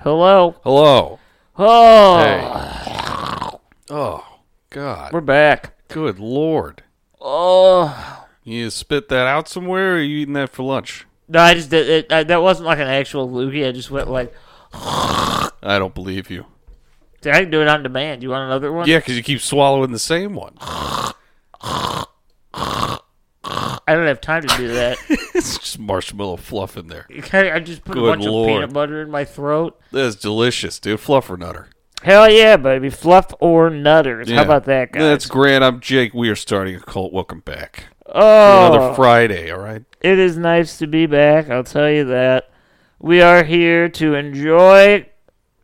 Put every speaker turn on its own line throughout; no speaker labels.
Hello.
Hello.
Oh,
Hey. Oh, God.
we're back.
Good Lord.
Oh,
You spit that out somewhere or are you eating that for lunch?
no, I just did it. I, that wasn't like an actual loogie. I just went like,
I don't believe you.
see, I can do it on demand. You want another one?
Yeah, because you keep swallowing the same one.
I don't have time to do that.
It's just marshmallow fluff in there.
Okay, I just put
Good
a bunch
Lord.
of peanut butter in my throat.
That's delicious, dude. Fluffer nutter.
Hell yeah, baby! Fluff or nutters?
Yeah.
How about that, guys?
That's Grant. I'm Jake. We are starting a cult. Welcome back.
oh,
Another Friday, all right?
it is nice to be back. I'll tell you that. We are here to enjoy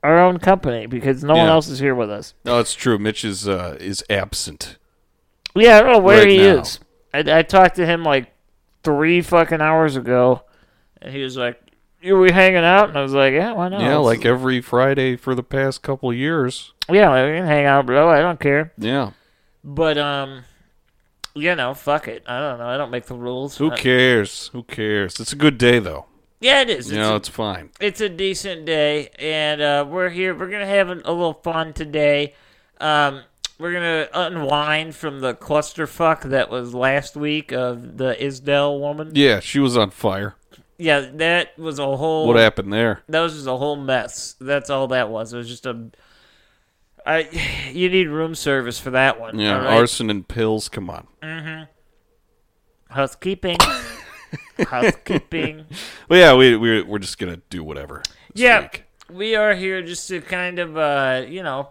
our own company because no one
Yeah.
else is here with us.
No, it's true. Mitch is uh, is absent.
Yeah, I don't know where
Right
he
now.
is. I, I talked to him like three fucking hours ago, and he was like, "Are we hanging out?" And I was like, "Yeah, why not?"
yeah,
Let's-
like every Friday for the past couple years.
yeah, we can hang out, bro. I don't care.
Yeah.
But um, you know, fuck it. I don't know. I don't make the rules.
Who
Uh,
cares? Who cares? It's a good day, though.
yeah, it is. It's,
You know,
a,
it's fine.
it's a decent day, and uh, we're here. We're gonna have a, a little fun today. Um, we're gonna unwind from the clusterfuck that was last week of the Isdell woman.
Yeah, she was on fire.
Yeah, that was a whole.
What happened there?
That was just a whole mess. That's all that was. It was just a. I, you need room service for that one.
Yeah,
all right?
arson and pills. Come on.
housekeeping, housekeeping.
Well, yeah, we we're, we're just gonna do whatever. this
Yeah,
week.
we are here just to kind of, uh, you know,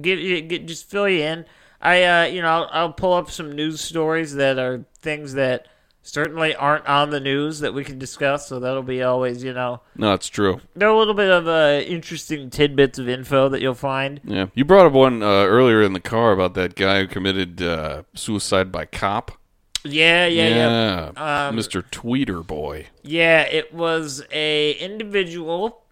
give you get, just fill you in. I, uh, you know, I'll, I'll pull up some news stories that are things that certainly aren't on the news that we can discuss. So that'll be always, you know,
No, it's true.
there are a little bit of uh, interesting tidbits of info that you'll find.
Yeah, you brought up one uh, earlier in the car about that guy who committed uh, suicide by cop.
Yeah, yeah, yeah. Um,
Yeah, Mr. Tweeter Boy.
Yeah, it was a individual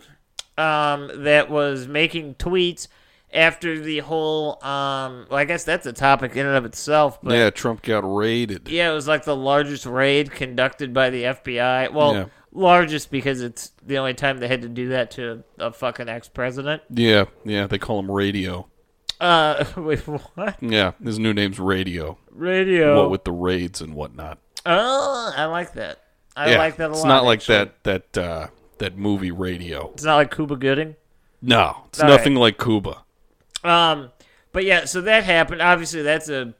um, that was making tweets after the whole. Um, well, I guess that's a topic in and of itself, but
yeah, Trump got raided.
yeah, it was like the largest raid conducted by the FBI. Well,
Yeah.
largest because it's the only time they had to do that to a fucking ex president.
yeah, yeah, They call him Radio.
Uh, wait, what?
Yeah, his new name's Radio.
Radio?
What with the raids and whatnot.
oh, I like that. I
yeah,
like that a lot.
It's not like
actually.
that that uh, that movie Radio.
It's not like Cuba Gooding.
No, it's
All right.
nothing like Cuba.
Um, but yeah, so that happened. Obviously, that's a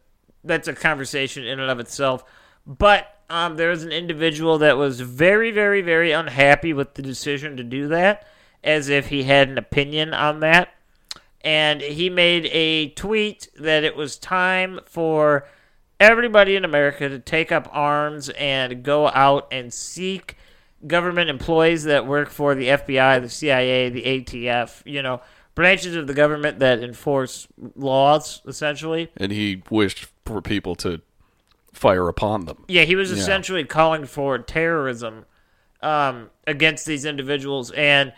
that's a conversation in and of itself. But um, there was an individual that was very, very, very unhappy with the decision to do that, as if he had an opinion on that. And he made a tweet that it was time for everybody in America to take up arms and go out and seek government employees that work for the FBI, the CIA, the ATF, you know, branches of the government that enforce laws, essentially.
and he wished for people to fire upon them.
Yeah, he was essentially calling for terrorism um, against these individuals. And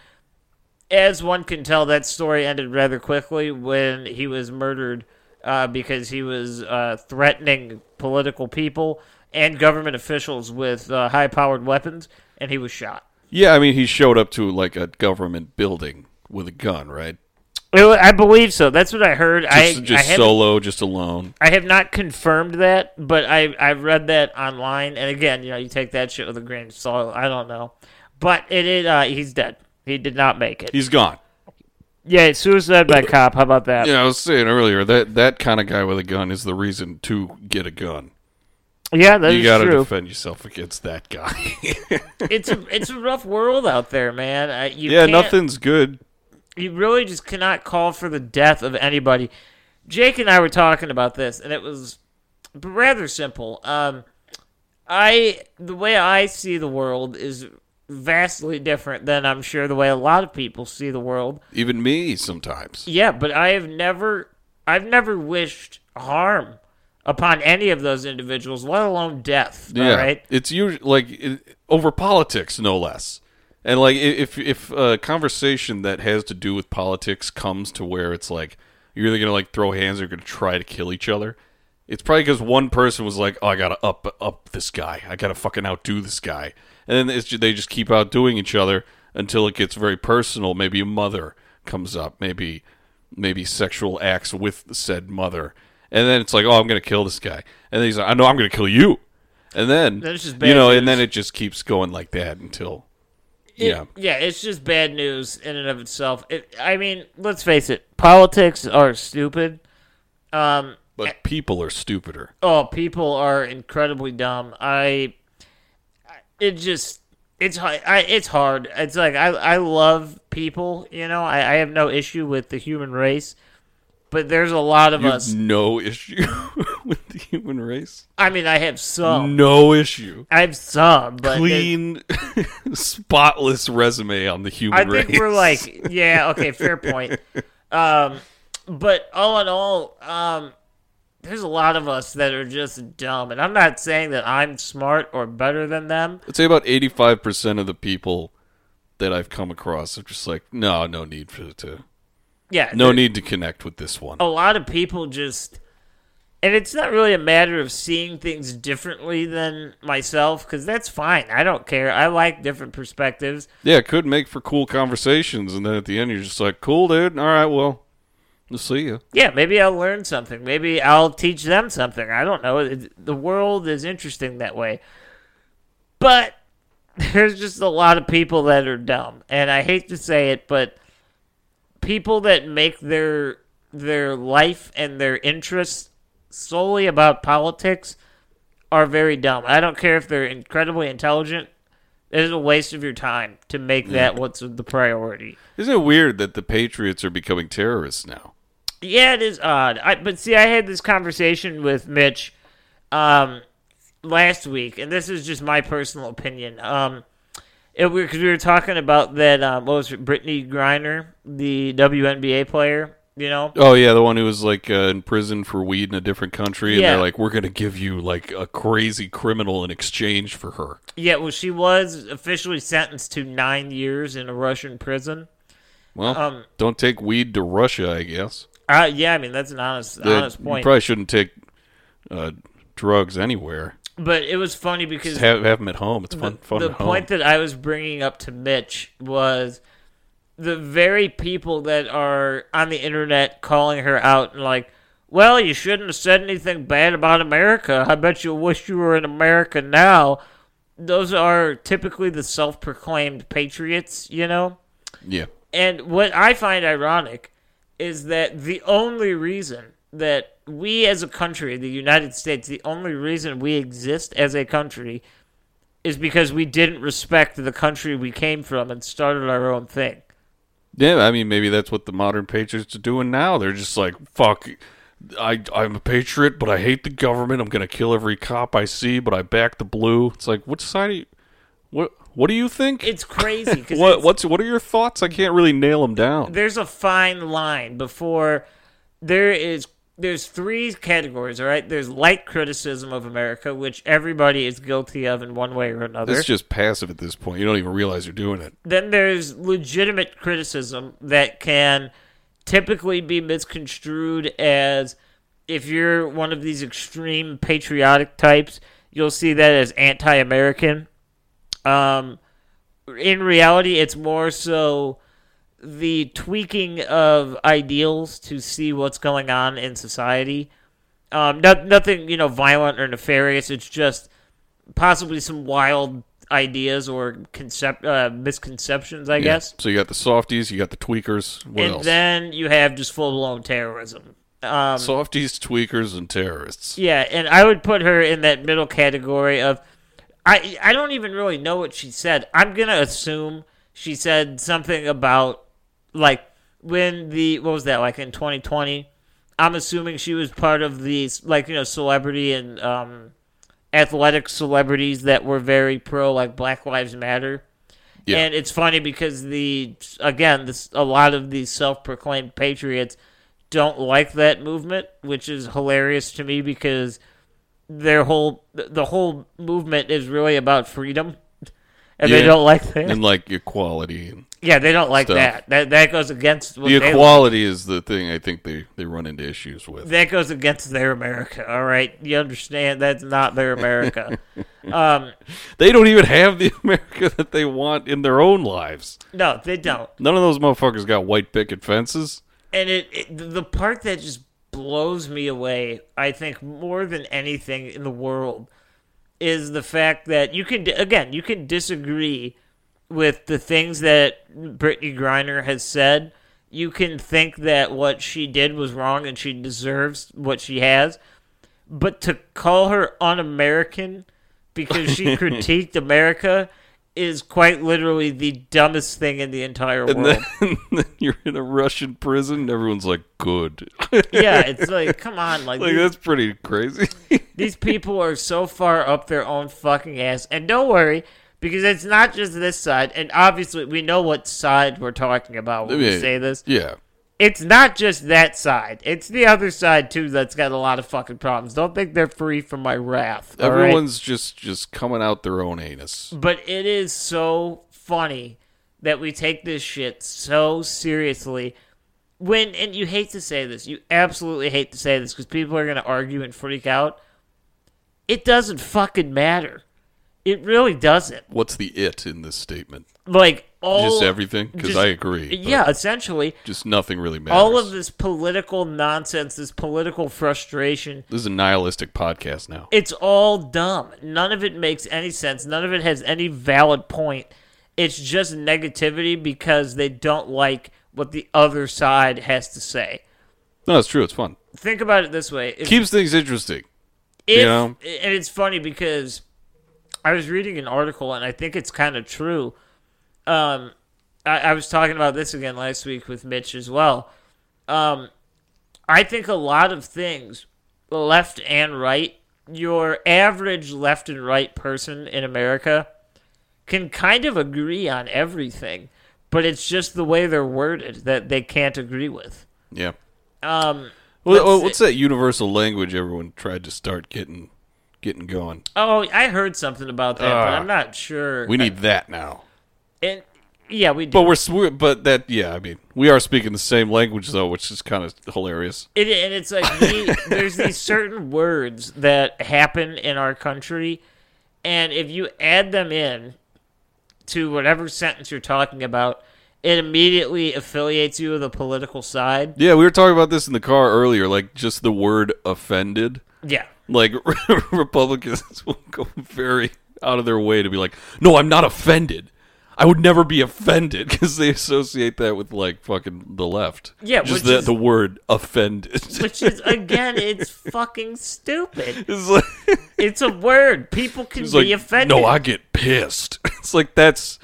as one can tell, that story ended rather quickly when he was murdered uh, because he was uh, threatening political people and government officials with uh, high powered weapons, and he was shot.
Yeah, I mean, he showed up to like a government building with a gun, right?
It wa- I believe so. That's what I heard. I,
Just, just
I haven't-
solo, just alone.
I have not confirmed that, but I I read that online. And again, you know, you take that shit with a grain of salt. I don't know, but it is. Uh, he's dead. He did not make it.
He's gone.
Yeah, suicide by cop. How about that?
Yeah, I was saying earlier that that kind of guy with a gun is the reason to get a gun.
Yeah, that is
you gotta
true.
defend yourself against that guy.
It's a it's a rough world out there, man. Uh, you
yeah,
can't-
nothing's good.
You really just cannot call for the death of anybody. Jake and I were talking about this, and it was rather simple. Um, I the way I see the world is vastly different than I'm sure the way a lot of people see the world.
Even me sometimes.
Yeah, but I have never I've never wished harm upon any of those individuals, let alone death. All right.
It's usually like it, over politics, no less. And like i- if if a conversation that has to do with politics comes to where it's like you're either gonna like throw hands or you're gonna try to kill each other, it's probably because one person was like, "Oh, I gotta up up this guy. I gotta fucking outdo this guy," and then it's ju- they just keep outdoing each other until it gets very personal. Maybe a mother comes up. Maybe maybe sexual acts with said mother. And then it's like, oh, I'm gonna kill this guy. And then he's like, I know I'm gonna kill you. And then
That's just bad
you know,
news.
and then it just keeps going like that until yeah.
Yeah, it's just bad news in and of itself. It, I mean, let's face it, politics are stupid. Um,
But people are stupider.
oh, people are incredibly dumb. I, I- it just, it's hi- I, it's hard. It's like I, I love people. You know, I, I have no issue with the human race, but there's a lot of
You have
us.
no issue with the human race.
I mean, I have some.
No issue.
I have some, but it-
Clean, spotless resume on the human
I
race.
think we're like, yeah, okay, fair point. Um, but all in all, um, there's a lot of us that are just dumb, and I'm not saying that I'm smart or better than them.
I'd say about eighty-five percent of the people that I've come across are just like, no, no need for to,
Yeah,
no
there- Oh.
need to connect with this one.
A lot of people just, and it's not really a matter of seeing things differently than myself, because that's fine. I don't care. I like different perspectives.
Yeah, it could make for cool conversations, and then at the end you're just like, "Cool, dude. All right, well, we'll see you."
Yeah, maybe I'll learn something. Maybe I'll teach them something. I don't know. It, the world is interesting that way. But there's just a lot of people that are dumb. And I hate to say it, but people that make their their life and their interests solely about politics are very dumb. I don't care if they're incredibly intelligent. It is a waste of your time to make that what's the priority.
Isn't it weird that the Patriots are becoming terrorists now?
Yeah, it is odd. I, but see, I had this conversation with Mitch um, last week, and this is just my personal opinion. Um, it, we, cause we were talking about that. Um, what was it, Brittany Griner, the WNBA player? You know,
Oh yeah, the one who was like uh, in prison for weed in a different country, and
Yeah.
they're like, "We're gonna give you like a crazy criminal in exchange for her."
yeah. Well, she was officially sentenced to nine years in a Russian prison.
Well,
Um,
don't take weed to Russia, I guess.
Uh, yeah, I mean that's an honest,
That-
honest
You
point.
probably shouldn't take uh, drugs anywhere.
but it was funny because
Just have, have them at home. It's fun. fun
the
at
point
home.
that I was bringing up to Mitch was the very people that are on the internet calling her out and like, well, you shouldn't have said anything bad about America. I bet you wish you were in America now. Those are typically the self proclaimed patriots, you know?
yeah,
And what I find ironic is that the only reason that we as a country, the United States, the only reason we exist as a country is because we didn't respect the country we came from and started our own thing.
yeah. I mean, maybe that's what the modern patriots are doing now. They're just like, "Fuck." I, I'm a patriot, but I hate the government. I'm gonna kill every cop I see, but I back the blue. It's like, what side? Are you, what What do you think?
It's crazy. 'cause
What
it's-
what's what are your thoughts? I can't really nail them down.
there's a fine line before there is there's three categories all right there's light criticism of america which everybody is guilty of in one way or another
It's just passive at this point. You don't even realize you're doing it.
then there's legitimate criticism that can typically be misconstrued as if you're one of these extreme patriotic types, you'll see that as anti-American. Um, in reality, it's more so the tweaking of ideals to see what's going on in society. Um, not, nothing, you know, violent or nefarious. It's just possibly some wild ideas or concept uh, misconceptions, I
Yeah.
guess.
So you got the softies, you got the tweakers. What
and
else?
then you have just full blown terrorism. Um,
softies, tweakers, and terrorists.
Yeah, and I would put her in that middle category of I I don't even really know what she said. I'm gonna assume she said something about like when the what was that like in 2020. I'm assuming she was part of these like you know celebrity and um, athletic celebrities that were very pro like Black Lives Matter.
Yeah.
And it's funny because the again, this a lot of these self-proclaimed patriots don't like that movement, which is hilarious to me because their whole the whole movement is really about freedom, and they
Yeah.
don't like that.
And like equality. and-
yeah, they don't like
Stuff.
that. That that goes against what
The
they
equality is the thing I think they, they run into issues with.
that goes against their America. All right, you understand? That's not their America. um,
They don't even have the America that they want in their own lives.
no, they don't.
None of those motherfuckers got white picket fences.
and it, it the part that just blows me away i think more than anything in the world is the fact that you can again you can disagree with the things that Brittany Griner has said you can think that what she did was wrong and she deserves what she has but to call her un-American because she critiqued America is quite literally the dumbest thing in the entire world.
And then, then you're in a Russian prison and everyone's like, good.
yeah, it's like, come on, like,
like,
these,
that's pretty crazy.
these people are so far up their own fucking ass. And don't worry, because it's not just this side. And obviously, we know what side we're talking about when we
Yeah.
say this.
yeah.
It's not just that side. It's the other side too that's got a lot of fucking problems. Don't think they're free from my wrath. all right?
Everyone's just, just coming out their own anus.
But it is so funny that we take this shit so seriously. When and you hate to say this, you absolutely hate to say this because people are going to argue and freak out. It doesn't fucking matter. It really doesn't.
What's the it in this statement?
Like all
Just everything? Because
just-
I agree. but
Yeah, essentially
Just nothing really matters.
all of this political nonsense, this political frustration,
This is a nihilistic podcast now.
It's all dumb. None of it makes any sense. None of it has any valid point. It's just negativity because they don't like what the other side has to say.
No, it's true. It's fun.
Think about it this way. If,
Keeps things interesting.
if-
you know?
And it's funny because I was reading an article and I think it's kind of true. Um, I, I was talking about this again last week with Mitch as well. Um, I think a lot of things, left and right, your average left and right person in America can kind of agree on everything, but it's just the way they're worded that they can't agree with.
Yeah.
Um,
Well,
Let's-
what's that universal language everyone tried to start getting getting going?
oh, I heard something about that, but
Ah.
I'm not sure.
We need that now.
And yeah, we do.
But we're, we but that yeah, I mean, we are speaking the same language though, which is kind of hilarious.
It, and it's like we, there's these certain words that happen in our country, and if you add them in to whatever sentence you're talking about, it immediately affiliates you with a political side.
Yeah, we were talking about this in the car earlier, like just the word offended.
Yeah.
Like Republicans will go very out of their way to be like, "No, I'm not offended." I would never be offended because they associate that with like fucking the left.
Yeah, which
just the,
is-
the word offended.
Which is again, it's fucking stupid.
It's like-
It's a word. People can
It's
be
like,
offended.
No, I get pissed. It's like that's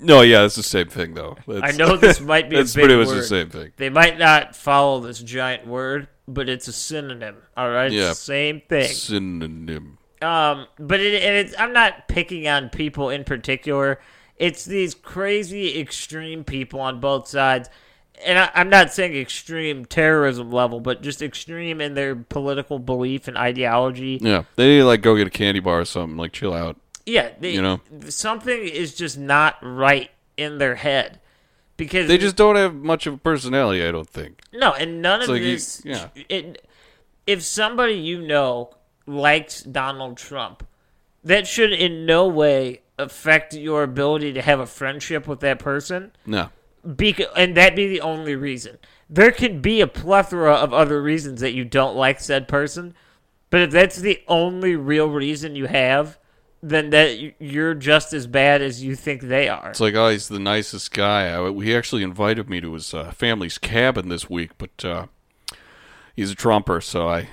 no, yeah, it's the same thing though.
I
That's-
know this might be a
that's
big
pretty much the
word.
same thing.
They might not follow this giant word, but it's a synonym. All right, it's
Yeah.
the same thing.
Synonym.
Um, but it, and it's I'm not picking on people in particular. It's these crazy extreme people on both sides, and I, I'm not saying extreme terrorism level, but just extreme in their political belief and ideology.
Yeah, they need to like go get a candy bar or something. Like chill out.
Yeah, they,
You know.
something is just not right in their head because
They just don't have much of a personality. I don't think.
No, and none of
like you-
this.
yeah.
It, if somebody you know likes Donald Trump, that should in no way affect your ability to have a friendship with that person.
No.
Bec- and that be the only reason. There can be a plethora of other reasons that you don't like said person, but if that's the only real reason you have, then that y- you're just as bad as you think they are.
It's like, oh, he's the nicest guy. I, he actually invited me to his uh, family's cabin this week, but uh, he's a trumper, so I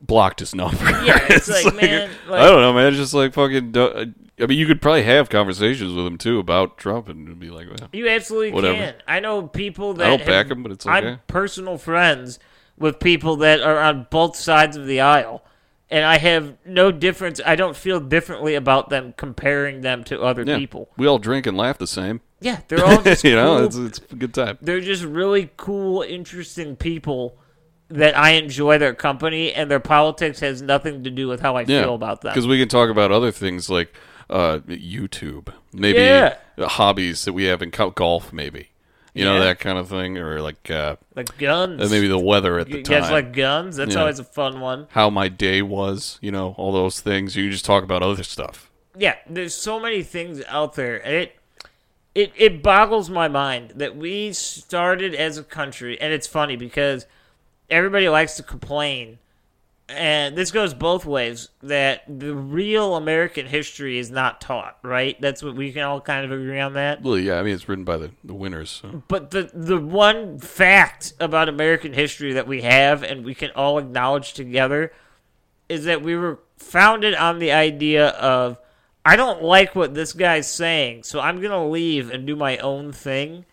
blocked his number.
Yeah, it's like, man, like-
I don't know, man. It's just like fucking. do- I mean, you could probably have conversations with him too about Trump, and it'd be like, well,
You absolutely
Whatever.
can. I know people that
I don't
have-
back 'em, but it's okay.
I'm personal friends with people that are on both sides of the aisle, and I have no difference. I don't feel differently about them comparing them to other
yeah,
people.
we all drink and laugh the same.
Yeah, they're all just
you know,
cool-
it's it's a good time.
they're just really cool, interesting people that I enjoy their company, and their politics has nothing to do with how I feel about them.
Because we can talk about other things like uh, YouTube, maybe
Yeah.
hobbies that we have in co- golf, maybe you know
Yeah.
that kind of thing, or like uh,
like guns,
uh, maybe the weather at the
you
time,
guys like guns. That's
Yeah.
always a fun one.
how my day was, you know, all those things. You can just talk about other stuff.
yeah, there's so many things out there. and It it it boggles my mind that we started as a country, and it's funny because everybody likes to complain, and this goes both ways. That the real American history is not taught, right? That's what we can all kind of agree on that.
Well, yeah, I mean, it's written by the, the winners. So.
But the the one fact about American history that we have and we can all acknowledge together is that we were founded on the idea of I don't like what this guy's saying, so I'm going to leave and do my own thing.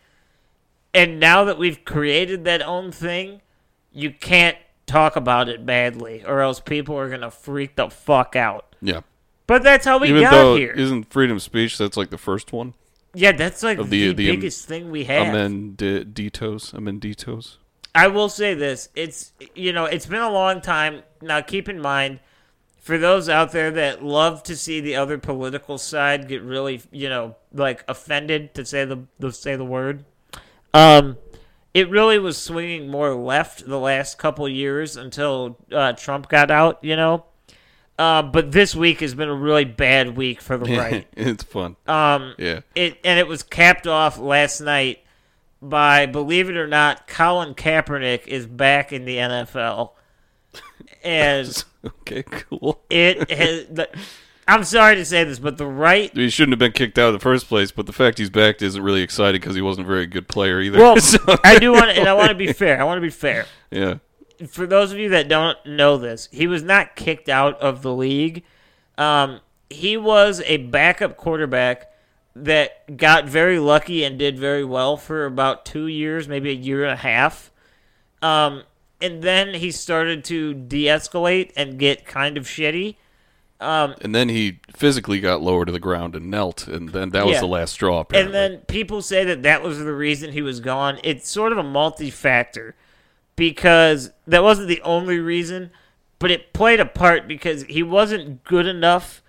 And now that we've created that own thing, you can't talk about it badly or else people are going to freak the fuck out.
Yeah.
But that's how we
Even
got
though
here.
isn't freedom of speech? That's like the first one.
yeah, that's like
of
the,
the- the am-
biggest thing we have.
Amenditos, amenditos.
I will say this: it's you know it's been a long time now. Keep in mind, for those out there that love to see the other political side get really you know like offended to say the to say the word, um, it really was swinging more left the last couple years until uh, Trump got out. You know. Uh, but this week has been a really bad week for the right.
it's fun. Um, yeah.
It and it was capped off last night by, believe it or not, Colin Kaepernick is back in the NFL, and
Okay, cool.
it has. The, I'm sorry to say this, but the right.
he shouldn't have been kicked out in the first place, but the fact he's back isn't really exciting because he wasn't a very good player either.
Well,
So,
I do want, and I want to be fair. I want to be fair.
yeah.
for those of you that don't know this, he was not kicked out of the league. Um, he was a backup quarterback that got very lucky and did very well for about two years, maybe a year and a half. Um, and then he started to de escalate and get kind of shitty.
And then he physically got lower to the ground and knelt, and then that was
Yeah.
the last straw.
And
Apparently.
then people say that that was the reason he was gone. It's sort of a multi factor because that wasn't the only reason, but it played a part because he wasn't good enough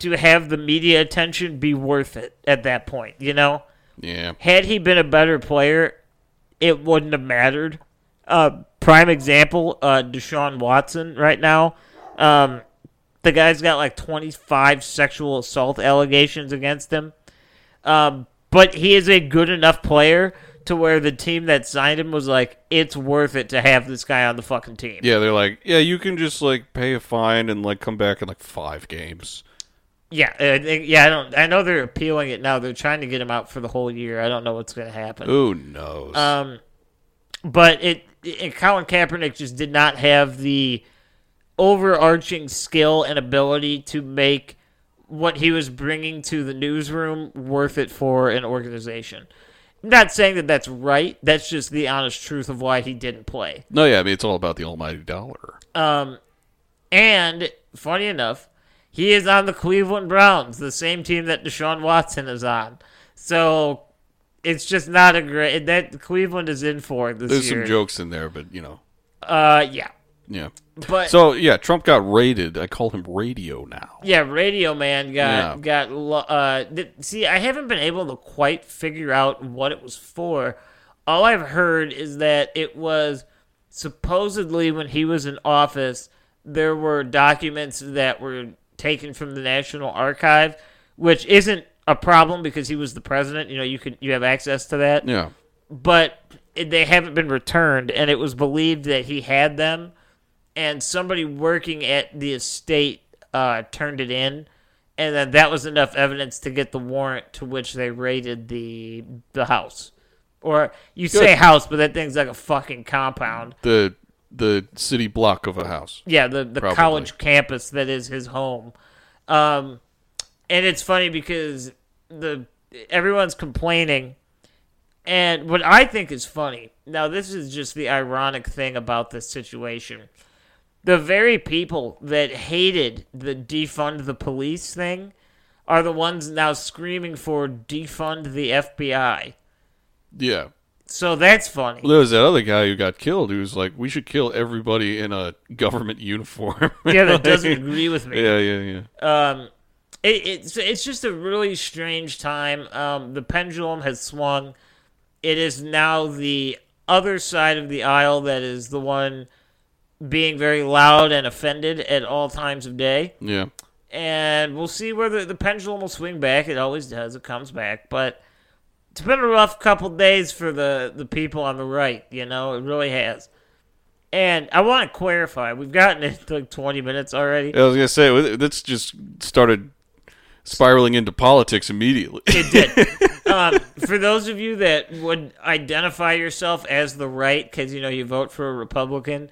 to have the media attention be worth it at that point, you know?
yeah,
Had he been a better player, it wouldn't have mattered. Uh, prime example, uh, Deshaun Watson right now. Um, the guy's got like 25 sexual assault allegations against him. Um, but he is a good enough player to where the team that signed him was like, it's worth it to have this guy on the fucking team.
yeah, they're like, yeah, you can just like pay a fine and like come back in like five games.
Yeah, I think- yeah. I don't. I know they're appealing it now. They're trying to get him out for the whole year. I don't know what's going to happen.
Who knows?
Um, but it, it Colin Kaepernick just did not have the overarching skill and ability to make what he was bringing to the newsroom worth it for an organization. Not saying that that's right. That's just the honest truth of why he didn't play.
no, yeah, I mean it's all about the almighty dollar.
And funny enough, he is on the Cleveland Browns, the same team that Deshaun Watson is on. So it's just not a great that Cleveland is in for it this
There's
year.
some jokes in there, but you know,
Uh, yeah,
yeah.
but
So yeah, Trump got raided. I call him radio now.
yeah, Radio Man got
Yeah.
got lo- uh. Th- see, I haven't been able to quite figure out what it was for. All I've heard is that it was supposedly when he was in office, there were documents that were taken from the National Archive, which isn't a problem because he was the president. You know, you can you have access to that
Yeah.
but it- they haven't been returned and it was believed that he had them and somebody working at the estate uh, turned it in and then that was enough evidence to get the warrant to which they raided the the house or you say
Good.
house but that thing's like a fucking compound
The the city block of a house.
yeah the, the
Probably.
college campus that is his home um, and it's funny because the everyone's complaining and what i think is funny now this is just the ironic thing about this situation the very people that hated the defund the police thing are the ones now screaming for defund the fbi
Yeah.
so that's funny
Well, there was that other guy who got killed who was like, we should kill everybody in a government uniform.
yeah that doesn't agree with me
Yeah, yeah, yeah.
um, it, it's it's just a really strange time. Um, the pendulum has swung. It is now the other side of the aisle that is the one being very loud and offended at all times of day.
Yeah.
And we'll see whether the pendulum will swing back. It always does. It comes back, but. It's been a rough couple days for the, the people on the right, you know, it really has. And I want to clarify, we've gotten into like 20 minutes already.
I was gonna say with- that's just started spiraling into politics immediately.
for those of you that would identify yourself as the right because you know you vote for a republican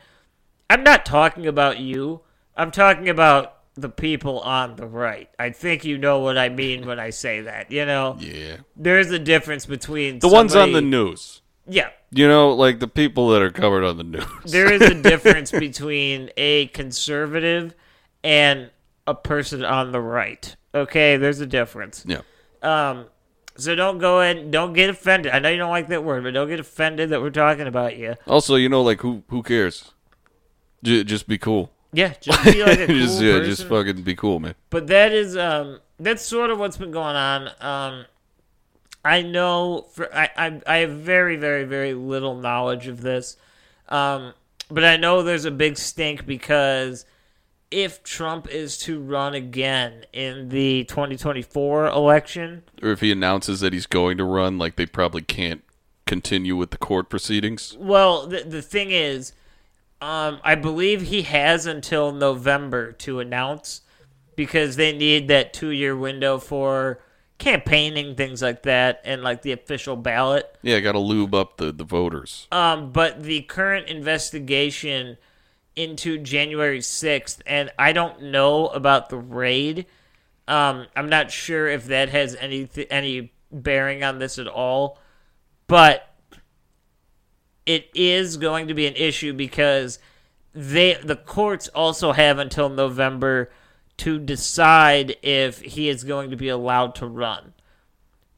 i'm not talking about you i'm talking about the people on the right i think you know what i mean when i say that you know
yeah,
there's a difference between
the ones on the
somebody-
news.
yeah
You know, like the people that are covered on the news.
there is a difference between a conservative and a person on the right okay there's a difference
Yeah,
Um, so don't go in. Don't get offended. I know you don't like that word, but don't get offended that we're talking about you.
Also, you know, like who who cares? J- just be cool.
Yeah, just be like a cool
just yeah,
person.
just fucking be cool, man.
But that is um, that's sort of what's been going on. Um, I know for I, I I have very very very little knowledge of this, um, but I know there's a big stink because if Trump is to run again in the 2024 election,
Or if he announces that he's going to run, like they probably can't continue with the court proceedings.
Well, the, the thing is, um, I believe he has until November to announce because they need that two year window for campaigning, things like that, and like the official ballot.
Yeah, got to lube up the the voters.
Um, but the current investigation into January 6th, and I don't know about the raid. Um, I'm not sure if that has any any bearing on this at all, but it is going to be an issue because they the courts also have until November to decide if he is going to be allowed to run.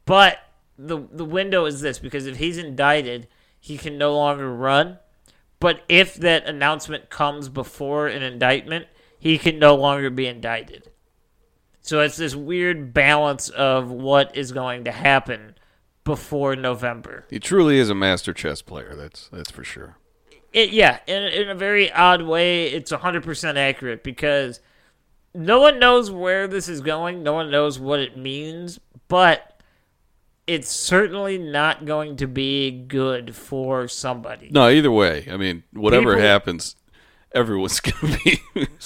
But the the window is this because if he's indicted, he can no longer run. But if that announcement comes before an indictment, he can no longer be indicted. So it's this weird balance of what is going to happen before November.
He truly is a master chess player. That's that's for sure.
It, yeah, in, in a very odd way, it's 100% accurate because no one knows where this is going. No one knows what it means, but it's certainly not going to be good for somebody.
No, either way, I mean, whatever
People-
happens, everyone's gonna be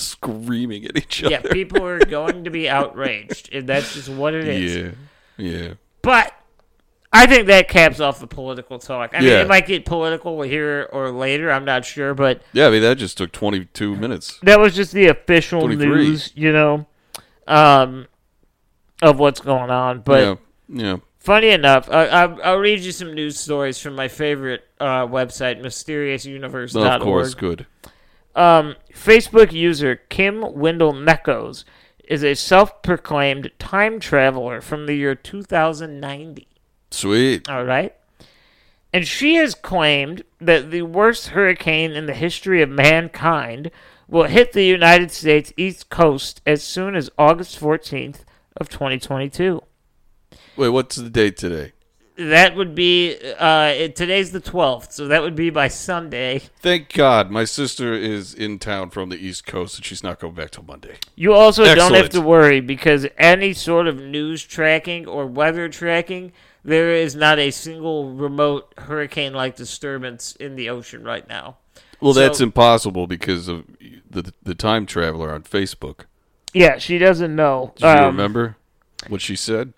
screaming at each other.
Yeah, people are going to be outraged. and That's just what it is.
yeah, yeah.
But I think that caps off the political talk. I mean,
Yeah.
it might get political here or later. I'm not sure, but
Yeah, I mean that just took 22 minutes.
that was just the official
23.
news, you know, um, of what's going on. But
yeah, yeah.
funny enough, I, I, I'll read you some news stories from my favorite uh, website, mysteriousuniverse.org.
Of course, good.
Um, Facebook user Kim Wendell Neckos is a self-proclaimed time traveler from the year 2090.
Sweet.
All right. And she has claimed that the worst hurricane in the history of mankind will hit the United States East Coast as soon as August 14th of 2022.
Wait, what's the date today?
that would be uh, it- today's the 12th, so that would be by Sunday.
Thank God, my sister is in town from the East Coast, and she's not going back till Monday.
You also don't have
Excellent.
to worry because any sort of news tracking or weather tracking, there is not a single remote hurricane like disturbance in the ocean right now.
Well,
So-
that's impossible because of the the time traveler on Facebook.
Yeah, she doesn't know. um,
Do you remember what she said?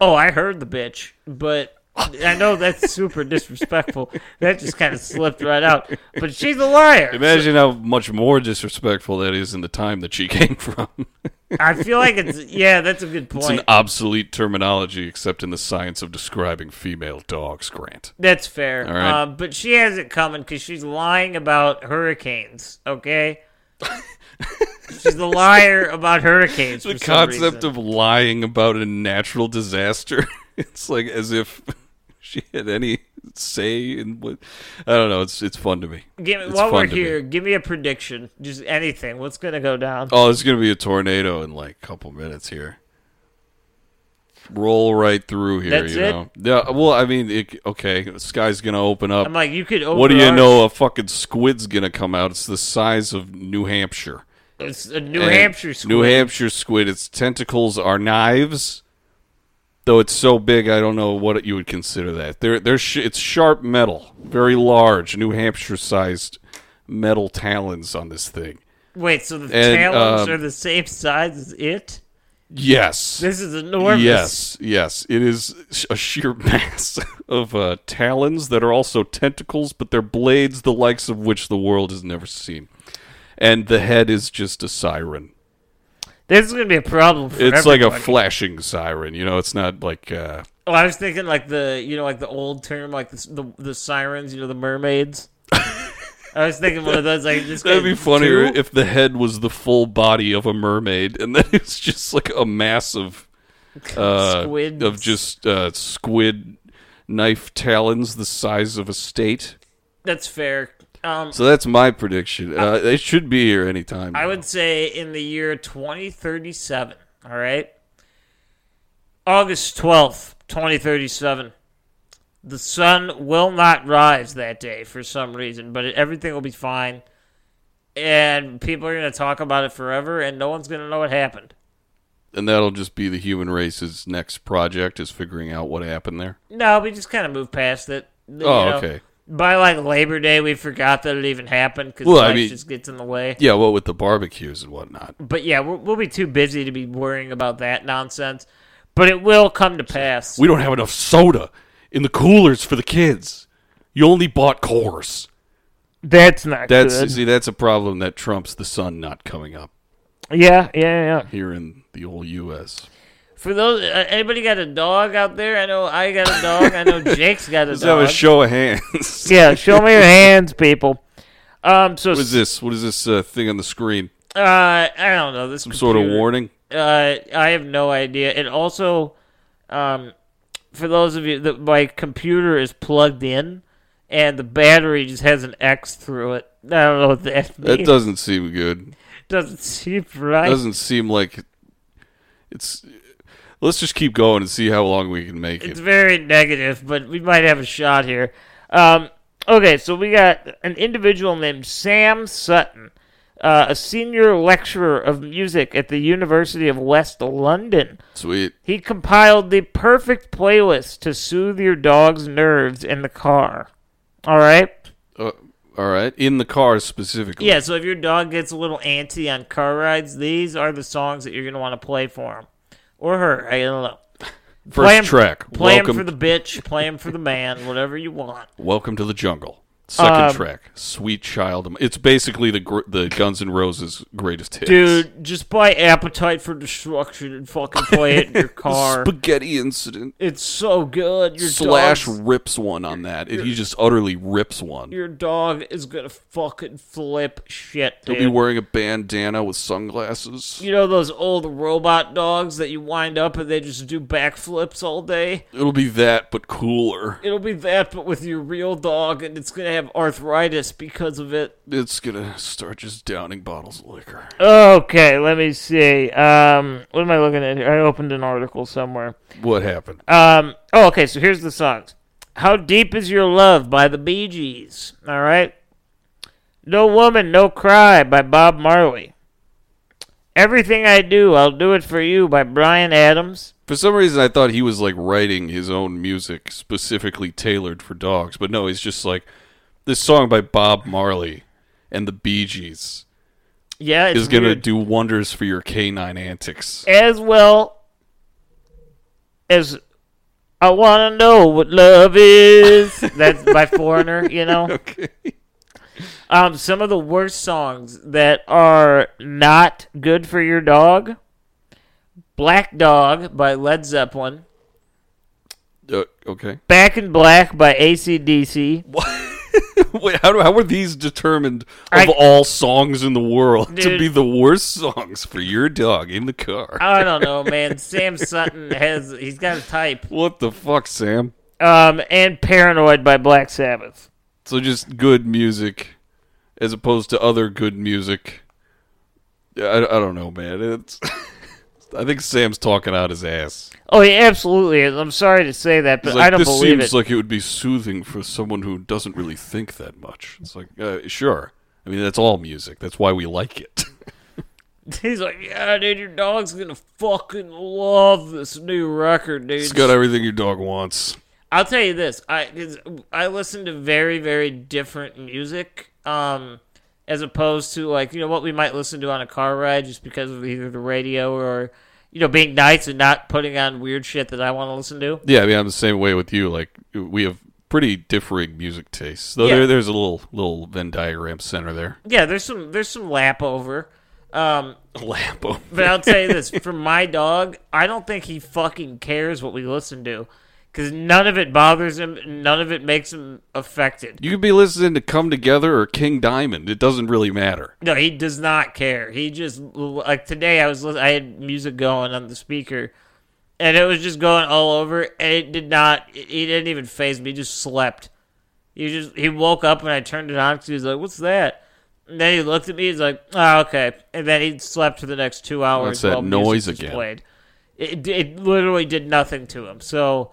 Oh, I heard the bitch, but I know that's super disrespectful. That just kind of slipped right out. But she's a liar.
Imagine how much more disrespectful that is in the time that she came from.
I feel like it's yeah, that's a good
it's an
point.
obsolete terminology, except in the science of describing female dogs. Grant.
That's fair.
All right.
Um, but she has it coming because she's lying about hurricanes. Okay. she's a liar about hurricanes.
the
for some
concept
reason.
of lying about a natural disaster it's like as if she had any say in what i don't know it's it's fun to me
Give me,
It's
while we're
fun to me.
here, give me a prediction. Just anything. What's gonna go down?
oh it's gonna be a tornado in like a couple minutes here roll right through here
That's
you
it?
know yeah well i mean it, okay the sky's gonna open up
I'm like, you could. Over
what do you
our-
know a fucking squid's gonna come out it's the size of new hampshire
It's a New
And
Hampshire squid.
New Hampshire squid. Its tentacles are knives, though it's so big, I don't know what you would consider that. They're, they're sh- it's sharp metal, very large, New Hampshire sized metal talons on this thing.
Wait, so the
And,
talons
um,
are the same size as it?
Yes.
This is enormous.
Yes, yes. It is sh- a sheer mass of uh, talons that are also tentacles, but they're blades the likes of which the world has never seen. And the head is just a siren.
This is gonna be a problem for
it's
everybody.
like a flashing siren you know it's not like uh
Oh, I was thinking like the you know like the old term like the the, the sirens, you know the mermaids. I was thinking one of those like this.
that'd
guy-
be funnier
two?
if the head was the full body of a mermaid and then it's just like a mass of uh
Squids.
of just uh squid knife talons the size of a state
that's fair. Um,
so that's my prediction uh, it should be here anytime
I
now.
would say in the year 2037. All right, August 12th, 2037. The sun will not rise that day for some reason, but it, everything will be fine, and people are going to talk about it forever, and no one's going to know what happened.
and that'll just be the human race's next project is figuring out what happened there
No, we just kind of moved past it. Oh,
okay.
By like Labor Day, we forgot that it even happened because
Well, I
life
mean-
just gets in the way.
yeah well with the barbecues and whatnot
But yeah, we'll, we'll be too busy to be worrying about that nonsense. But it will come to pass.
We don't have enough soda in the coolers for the kids. You only bought cores.
that's not
That's see, that's a problem that trumps the sun not coming up
Yeah, yeah, yeah.
here in the old U.S.
For those, uh, anybody got a dog out there? I know I got a dog. I know Jake's got a
Let's have
dog.
a show of hands.
yeah, show me your hands, people. Um, so
What is this? What is this uh, thing on the screen?
uh, I don't know this
Some sort of
computer-
warning.
Uh, I have no idea. And also, um, for those of you that my computer is plugged in, and the battery just has an X through it. I don't know what that means.
That doesn't seem good.
doesn't seem right.
Doesn't seem like it's. Let's just keep going and see how long we can make
It's
it.
very negative, but we might have a shot here. Um, okay, so we got an individual named Sam Sutton, uh, a senior lecturer of music at the University of West London.
Sweet.
He compiled the perfect playlist to soothe your dog's nerves in the car. All right.
Uh, all right. In the car specifically.
Yeah. So if your dog gets a little antsy on car rides, these are the songs that you're gonna want to play for him or her. I don't know.
First
play 'em-
track.
Play him
Welcome
for the bitch. Play him for the man. Whatever you want.
Welcome to the Jungle. Second
Um,
track, Sweet Child. of M- It's basically the gr- the Guns N' Roses greatest hits.
Dude, just buy Appetite for Destruction and fucking play it in your car.
Spaghetti Incident
it's so good. Your
slash
dog's-
rips one on that. It, he just utterly rips one.
your dog is gonna fucking flip shit.
He'll
Dude.
be wearing a bandana with sunglasses.
you know those old robot dogs that you wind up and they just do backflips all day?
It'll be that, but cooler.
It'll be that, but with your real dog, and it's gonna have have arthritis because of it.
It's gonna start just downing bottles of liquor.
Okay, let me see. Um, what am I looking at here? I opened an article somewhere.
What happened?
Um, oh, okay, so here's the songs. How Deep Is Your Love by the Bee Gees. All right. No Woman, No Cry by Bob Marley. Everything I Do, I'll Do It For You by Brian Adams.
For some reason, I thought he was like writing his own music specifically tailored for dogs, but no, he's just like this song by Bob Marley and the Bee Gees
Yeah, it's
is gonna
weird. Eh.
do wonders for your canine antics.
as well as I want to know what love is. That's by Foreigner, you know?
Okay.
Um, some of the worst songs that are not good for your dog Black Dog by Led Zeppelin,
Uh, okay.
Back in Black by ACDC.
Wait, how, do, how were these determined of
I-
all songs in the world to
Dude.
be the worst songs for your dog in the car?
I don't know, man. Sam Sutton has, he's got a type.
what the fuck, Sam?
Um, and Paranoid by Black Sabbath.
So just good music, as opposed to other good music. Yeah, I, I don't know, man. It's I think Sam's talking out his ass.
Oh, he absolutely is. I'm sorry to say that, but
He's like,
I don't
this
believe
seems
it.
like it would be soothing for someone who doesn't really think that much. It's like, uh, sure. I mean, that's all music. That's why we like it.
He's like, yeah, dude, your dog's gonna fucking love this new record, dude.
it's got everything your dog wants.
I'll tell you this: I 'cause I listen to very very different music, um, as opposed to like you know what we might listen to on a car ride, just because of either the radio or you know being nice and not putting on weird shit that I want to listen to.
Yeah, I mean, I'm the same way with you. Like, we have pretty differing music tastes. Though
Yeah.
there, there's a little little Venn diagram center there.
Yeah, there's some there's some lap over. Um,
Lambo.
But I'll tell you this: for my dog, I don't think he fucking cares what we listen to, because none of it bothers him. None of it makes him affected.
You could be listening to Come Together or King Diamond. It doesn't really matter.
No, he does not care. He just like today. I was lis- I had music going on the speaker, and it was just going all over. And it did not. He didn't even phase me. He just slept. He just he woke up and I turned it on because he was like, "What's that?" And then he looked at me. He's like, "Oh, okay." And then he slept for the next two hours.
that
while music
noise
was
again?
Played. It it literally did nothing to him. So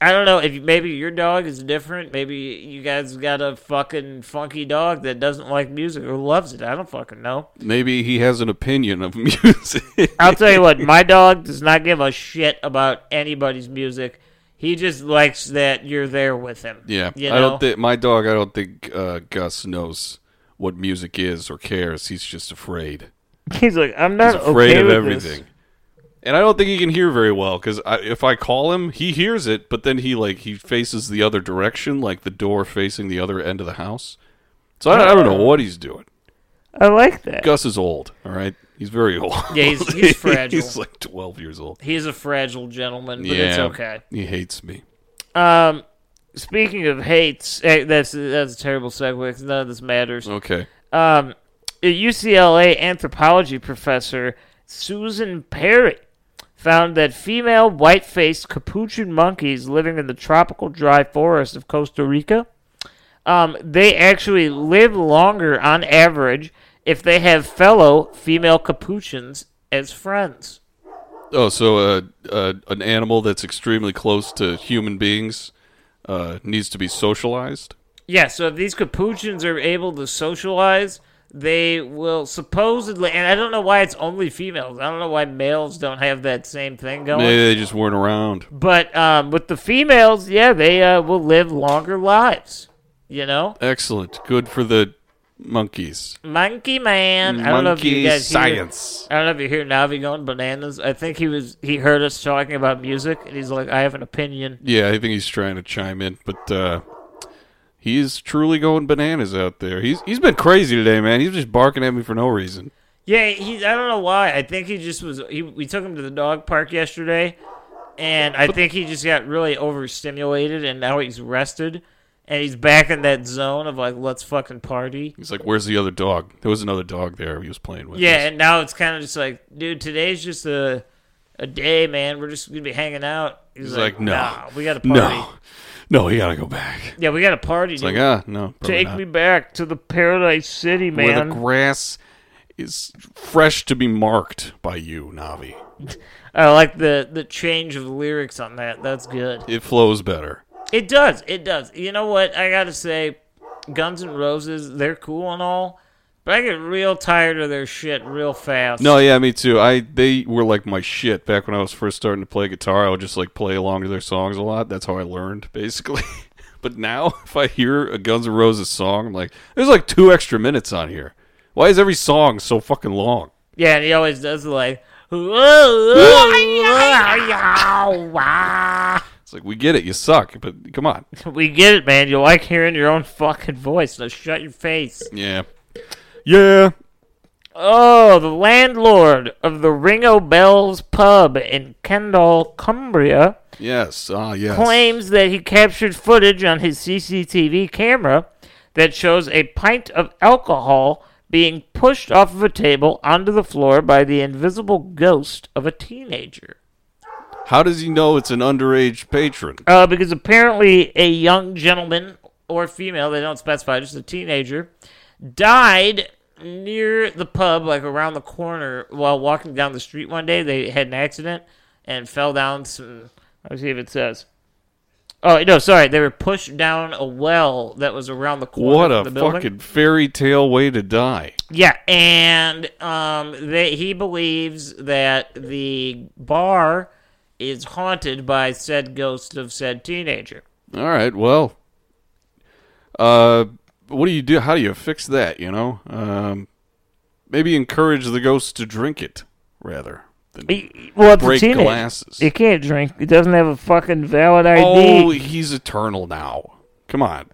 I don't know if you- maybe your dog is different. Maybe you guys got a fucking funky dog that doesn't like music or loves it. I don't fucking know.
Maybe he has an opinion of music.
I'll tell you what, my dog does not give a shit about anybody's music. He just likes that you're there with him.
yeah,
you
I
know?
don't think my dog. I don't think uh, Gus knows what music is or cares. He's just afraid.
He's like, I'm not
He's afraid
okay
of
with
everything. And I don't think he can hear very well because I, if I call him, he hears it, but then he like he faces the other direction, like the door facing the other end of the house. So I, I don't know what he's doing.
This. I like that.
Gus is old. All right, he's very old.
Yeah, he's- he's fragile.
he's like twelve years old.
He's a fragile gentleman, but
yeah,
it's okay.
He hates me.
Um, speaking of hates, eh, that's that's a terrible segue because none of this matters.
Okay.
um, a UCLA anthropology professor Susan Perry found that female white faced capuchin monkeys living in the tropical dry forest of Costa Rica. Um, they actually live longer on average if they have fellow female capuchins as friends.
Oh, so uh, uh, an animal that's extremely close to human beings uh, needs to be socialized.
Yeah, so if these capuchins are able to socialize, they will supposedly. And I don't know why it's only females. I don't know why males don't have that same thing going.
Maybe they just weren't around.
But um, with the females, yeah, they uh, will live longer lives. You know,
Excellent. Good for the monkeys.
monkey man. I don't know if you
Monkey
guys hear-
science.
I don't know if you hear Navi going bananas. I think he was he heard us talking about music, and he's like, "I have an opinion."
Yeah, I think he's trying to chime in, but uh, he is truly going bananas out there. He's he's been crazy today, man. He's just barking at me for no reason.
Yeah, he. I don't know why. I think he just was. He, we took him to the dog park yesterday, and I think he just got really overstimulated, and now he's rested, and he's back in that zone of like, "Let's fucking party."
He's like, "Where's the other dog?" There was another dog there he was playing with.
Yeah, and now it's kind of just like, dude, today's just a a day, man. We're just gonna be hanging out. He's,
He's like, "No,
nah, we got to party.
no, no, we gotta go back.
Yeah, we got a party.
It's like
dude.
ah, no, probably
Take
not.
me back to the Paradise City, man.
where the grass is fresh to be marked by you, Navi.
I like the the change of lyrics on that. That's good.
It flows better.
It does. It does. You know what? I gotta say, Guns N' Roses, they're cool and all, but I get real tired of their shit real fast.
No, yeah, me too. I they were like my shit back when I was first starting to play guitar. I would just like play along to their songs a lot. That's how I learned basically. but now, if I hear a Guns N' Roses song, I'm like, there's like two extra minutes on here. Why is every song so fucking long?
Yeah, and he always does the like. "Whoa, whoa, whoa, wah."
It's like we get it, you suck, but come on.
we get it, man. You like hearing your own fucking voice. Now shut your face.
Yeah, yeah.
Oh, the landlord of the Ring o' Bells pub in Kendal, Cumbria,
Yes. Ah, yes.
claims that he captured footage on his CCTV camera that shows a pint of alcohol being pushed off of a table onto the floor by the invisible ghost of a teenager.
How does he know it's an underage patron?
Uh, because apparently a young gentleman or female, they don't specify, just a teenager, died near the pub, like around the corner, while walking down the street one day. They had an accident and fell down some. Let's see if it says. Oh no, sorry, they were pushed down a well that was around the corner.
What
from
a
the building.
fucking fairy tale way to die.
Yeah, and um, they, he believes that the bar is haunted by said ghost of said teenager.
All right. Well, uh, what do you do? How do you fix that? You know, um, maybe encourage the ghost to drink it rather than.
He- Well, it's
Break
a teenager.
glasses.
He can't drink. He doesn't have a fucking valid ID.
Oh, he's eternal now. Come on,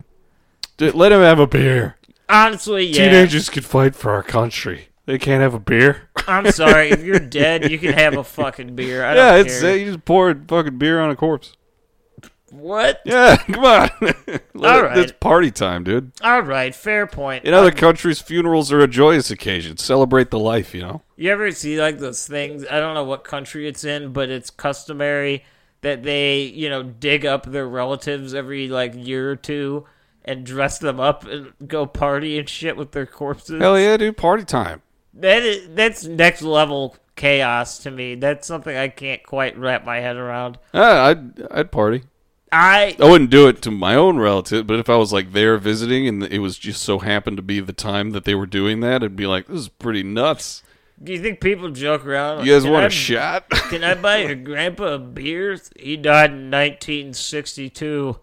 D- let him have a beer.
Honestly, yeah.
Teenagers can fight for our country. They can't have a beer.
I'm sorry. If you're dead, you can have a fucking beer. I
yeah,
don't
it's uh,
care.
you just poured fucking beer on a corpse.
what?
Yeah, come on. Let
All
it-
right.
It's party time, dude.
All right, fair point.
In other countries, funerals are a joyous occasion. Celebrate the life, you know.
You ever see like those things? I don't know what country it's in, but it's customary that they, you know, dig up their relatives every like year or two and dress them up and go party and shit with their corpses.
Hell yeah, dude! Party time.
That is that's next level chaos to me. That's something I can't quite wrap my head around.
Ah, I'd I'd party.
I
I wouldn't do it to my own relative, but if I was like there visiting and it was just so happened to be the time that they were doing that, I'd be like, "This is pretty nuts."
do you think people joke around? like,
You guys
"Can
want
I-
a shot?
Can I buy your grandpa a beer? He died in 1962.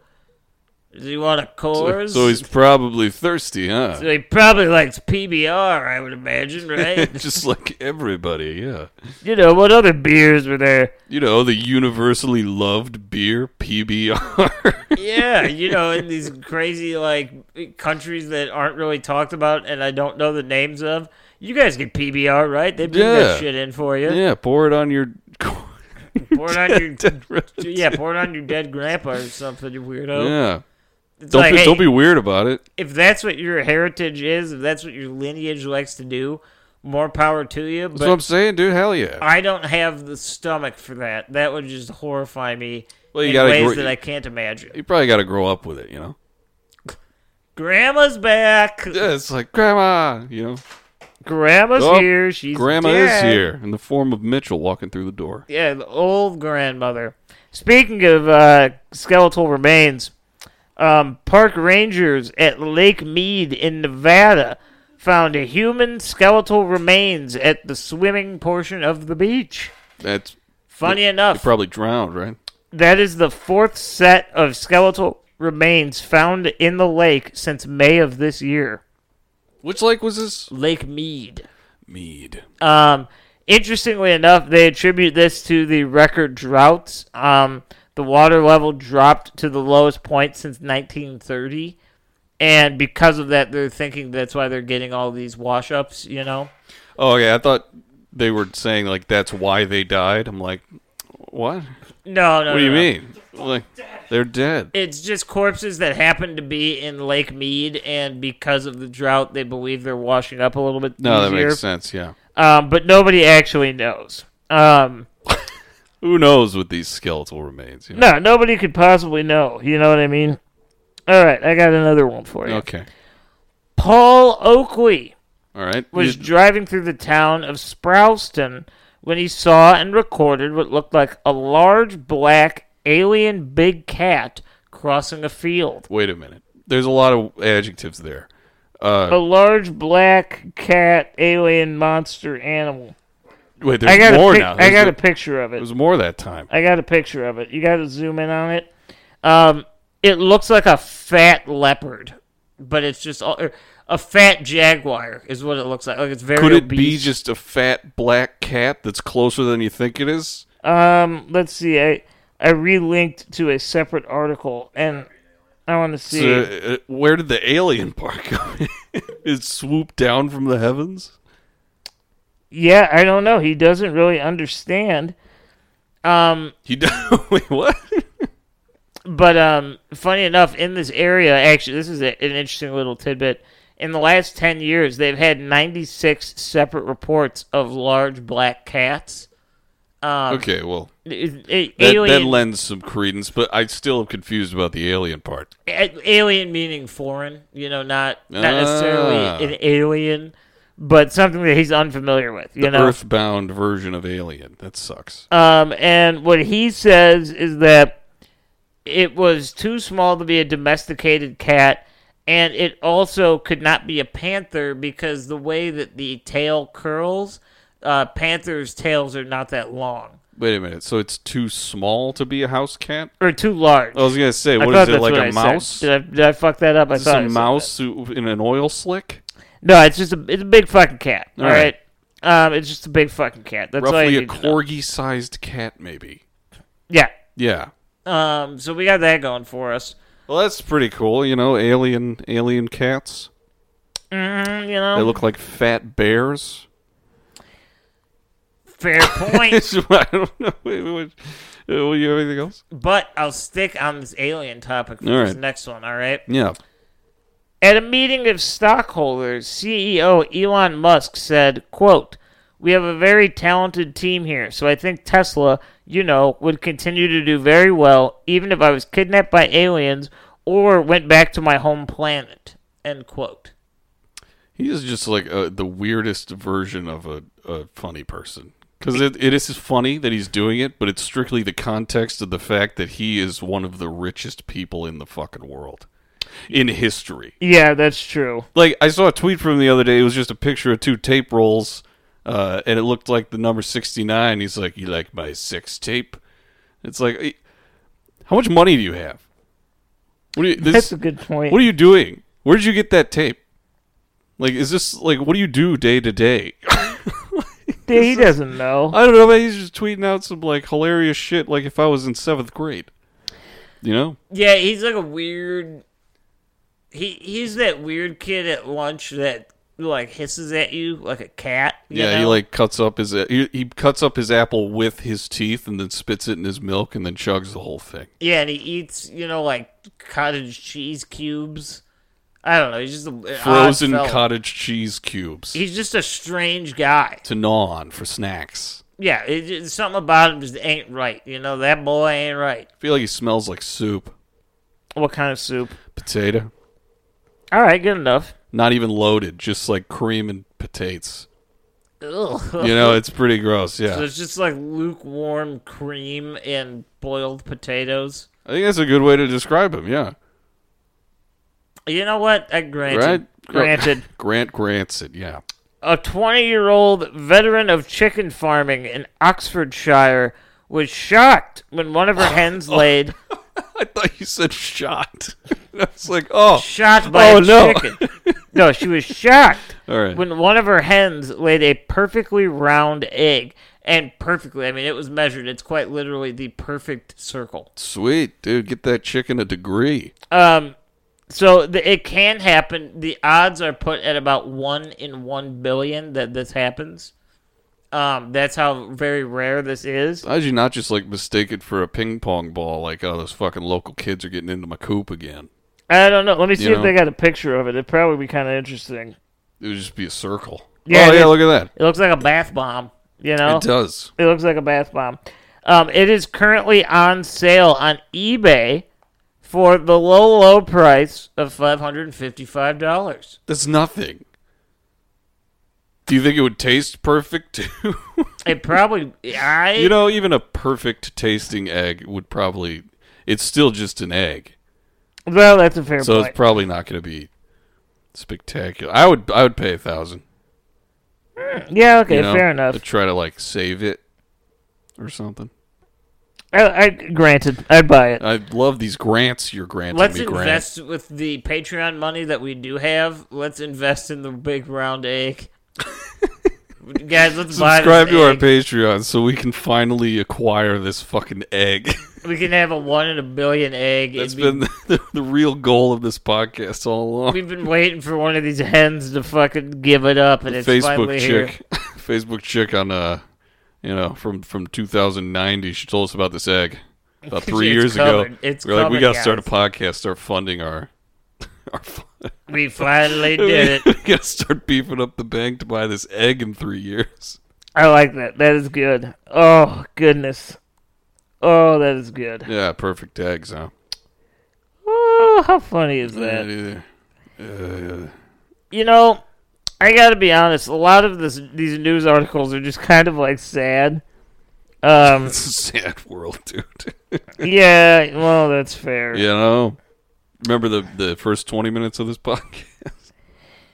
Does he want a Coors?
so he's probably thirsty, huh?
So he probably likes PBR, I would imagine, right?
just like everybody, yeah.
you know, what other beers were there?
You know the universally loved beer PBR.
Yeah, you know, in these crazy, like, countries that aren't really talked about and I don't know the names of. You guys get PBR, right? They bring
Yeah.
that shit in for you.
yeah, pour it on your.
Pour it on your,
dead relative.
yeah, pour it on your dead grandpa or something, you weirdo.
Yeah.
It's
Don't
like,
be,
hey,
don't be weird about it.
if that's what your heritage is, if that's what your lineage likes to do, more power to you.
That's what I'm
But
saying, dude. Hell yeah.
I don't have the stomach for that. That would just horrify me
Well, you
in
gotta
ways
gr-
that I can't imagine.
you probably got to grow up with it, you know.
Grandma's back.
Yeah, it's like grandma, you know.
Grandma's
Oh,
here. She's
grandma
dead.
is here in the form of Mitchell walking through the door.
Yeah, the old grandmother. Speaking of uh, skeletal remains, um, park rangers at Lake Mead in Nevada found a human skeletal remains at the swimming portion of the beach.
That's
Funny enough,
probably drowned, right?
that is the fourth set of skeletal remains found in the lake since May of this year.
Which lake was this?
Lake Mead.
Mead.
Um, interestingly enough, they attribute this to the record droughts. Um, the water level dropped to the lowest point since 1930. And because of that, they're thinking that's why they're getting all these wash ups, you know?
Oh yeah, I thought they were saying like that's why they died. I'm like, what?
No, no.
What
no,
do you
no.
mean? Like they're dead.
It's just corpses that happen to be in Lake Mead, and because of the drought, they believe they're washing up a little bit.
No, that
easier.
makes sense. Yeah.
Um, but nobody actually knows. Um,
Who knows with these skeletal remains? You know?
No, nobody could possibly know. You know what I mean? All right, I got another one for you.
Okay.
Paul Oakley
All right.
was
You-
driving through the town of Sproulston when he saw and recorded what looked like a large black alien big cat crossing a field.
Wait a minute. There's a lot of adjectives there. Uh,
A large black cat alien monster animal.
wait,
I got
there's
a
more
pic-
now.
I
There's
got
the-
a picture of it.
There's more that time.
I got a picture of it. You got to zoom in on it. Um, it looks like a fat leopard, but it's just all, er, a fat jaguar is what it looks like. Like it's very.
Could it
obese.
be just a fat black cat that's closer than you think it is?
Um, let's see. I I relinked to a separate article, and I want to see.
So, uh, where did the alien part come? in? it swooped down from the heavens.
yeah, I don't know. He doesn't really understand. Um,
He d- wait what?
but um, funny enough, in this area, actually, this is a, an interesting little tidbit. In the last ten years, they've had ninety six separate reports of large black cats. Um,
Okay, well
it- it-
that, that
alien,
lends some credence, but I still am confused about the alien part.
a- alien meaning foreign, you know, not not necessarily
Ah.
an alien, but something that he's unfamiliar with, you
The
know.
earthbound version of alien. That sucks.
Um, and what he says is that it was too small to be a domesticated cat, and it also could not be a panther because the way that the tail curls, uh, panthers' tails are not that long
Wait a minute. So it's too small to be a house cat?
or too large.
I was gonna say,
I
what
thought
is it
that's
like
what
a
I said.
mouse?
Did I, did I fuck that up? I
Is
thought I
this a
said
mouse who- in an oil slick?
that. No, it's just a it's a big fucking cat.
All
all right.
right.
Um, it's just a big fucking cat. That's all
Roughly
you
a
need to know.
corgi-sized cat, maybe.
Yeah.
Yeah.
Um, so we got that going for us.
Well, that's pretty cool. You know, alien alien cats.
Mm, you know,
They look like fat bears.
fair point.
I don't know. Wait, wait, wait. Uh, Will you have anything else?
But I'll stick on this alien topic for
All
this
right.
next one, all right?
Yeah.
At a meeting of stockholders, CEO Elon Musk said, quote, We have a very talented team here, so I think Tesla, you know, would continue to do very well even if I was kidnapped by aliens or went back to my home planet. End quote.
He is just like uh the weirdest version of a, a funny person. Because it, it is funny that he's doing it, but it's strictly the context of the fact that he is one of the richest people in the fucking world in history.
Yeah, that's true.
Like, I saw a tweet from him the other day. It was just a picture of two tape rolls, uh, and it looked like the number 69. He's like, You like my sex tape? It's like, eh, How much money do you have? What do you, this,
That's a good point.
What are you doing? Where did you get that tape? Like, is this like what do you do day to day?
Yeah, he doesn't know.
I don't know. Maybe he's just tweeting out some like hilarious shit. Like if I was in seventh grade, you know?
Yeah, he's like a weird. He he's that weird kid at lunch that like hisses at you like a cat. you
yeah, he
know?
like cuts up his he, he cuts up his apple with his teeth and then spits it in his milk and then chugs the whole thing.
yeah, and he eats you know like cottage cheese cubes. I don't know. He's just a an odd
Frozen
fella.
cottage cheese cubes
He's just a strange guy.
to gnaw on for snacks.
Yeah, it, it- something about him just ain't right. You know that boy ain't right.
I feel like he smells like soup,
What kind of soup?
potato.
All right, good enough.
Not even loaded, just like cream and potatoes.
Ugh.
You know, it's pretty gross. Yeah.
So it's just like lukewarm cream and boiled potatoes.
I think that's a good way to describe him. Yeah,
You know what? I granted.
right.
Granted.
Grant grants it. Yeah.
A 20 year old veteran of chicken farming in Oxfordshire was shocked when one of her hens laid
I thought you said shot. I was like, oh,
shot by
Oh,
a
no.
chicken. No, she was shocked
All right.
when one of her hens laid a perfectly round egg. And perfectly, I mean, it was measured. It's quite literally the perfect circle.
sweet dude, get that chicken a degree.
Um, so the, it can happen. The odds are put at about one in one billion that this happens. Um, that's how very rare this is.
How'd you not just like mistake it for a ping pong ball? Like, oh, those fucking local kids are getting into my coop again.
I don't know. Let me see
You
if they
know?
got a picture of it. It'd probably be kind of interesting.
It would just be a circle.
Yeah,
oh
it
yeah,
is.
look at that.
It looks like a bath bomb, you know?
It does.
It looks like a bath bomb. Um, it is currently on sale on eBay for the low, low price of five hundred and fifty-five dollars.
That's nothing. Do you think it would taste perfect too?
It probably, I
you know, even a perfect tasting egg would probably. It's still just an egg,
well, that's a fair
so
point.
it's probably not going to be spectacular. I would I would pay a thousand.
yeah, okay,
you know,
fair enough.
To try to like save it or something.
I, I granted, I'd buy it.
I love these grants you're granting
Let's
me, Grant.
invest with the Patreon money that we do have. Let's invest in the big round egg. Guys, let's buy this
Subscribe to our
egg.
Patreon so we can finally acquire this fucking egg.
We can have a one in a billion egg.
That's
It'd be-
been the, the, real goal of this podcast all along.
We've been waiting for one of these hens to fucking give it up, and it's
Facebook
finally here.
chick, Facebook chick on uh, you know, from from 2090. She told us about this egg about three
It's
years
covered.
ago.
It's
We're like, we
covered,
gotta start a
guys."
podcast, start funding our our. fu-
We finally
we
did it.
gotta start beefing up the bank to buy this egg in three years.
I like that. That is good. Oh goodness. Oh, that is good.
Yeah, perfect eggs, huh?
Oh, how funny is that?
Yeah, yeah. Uh,
you know, I gotta be honest. A lot of this, these news articles are just kind of like sad. Um,
it's a sad world, dude.
yeah, well, that's fair.
you know, remember the the first twenty minutes of this podcast?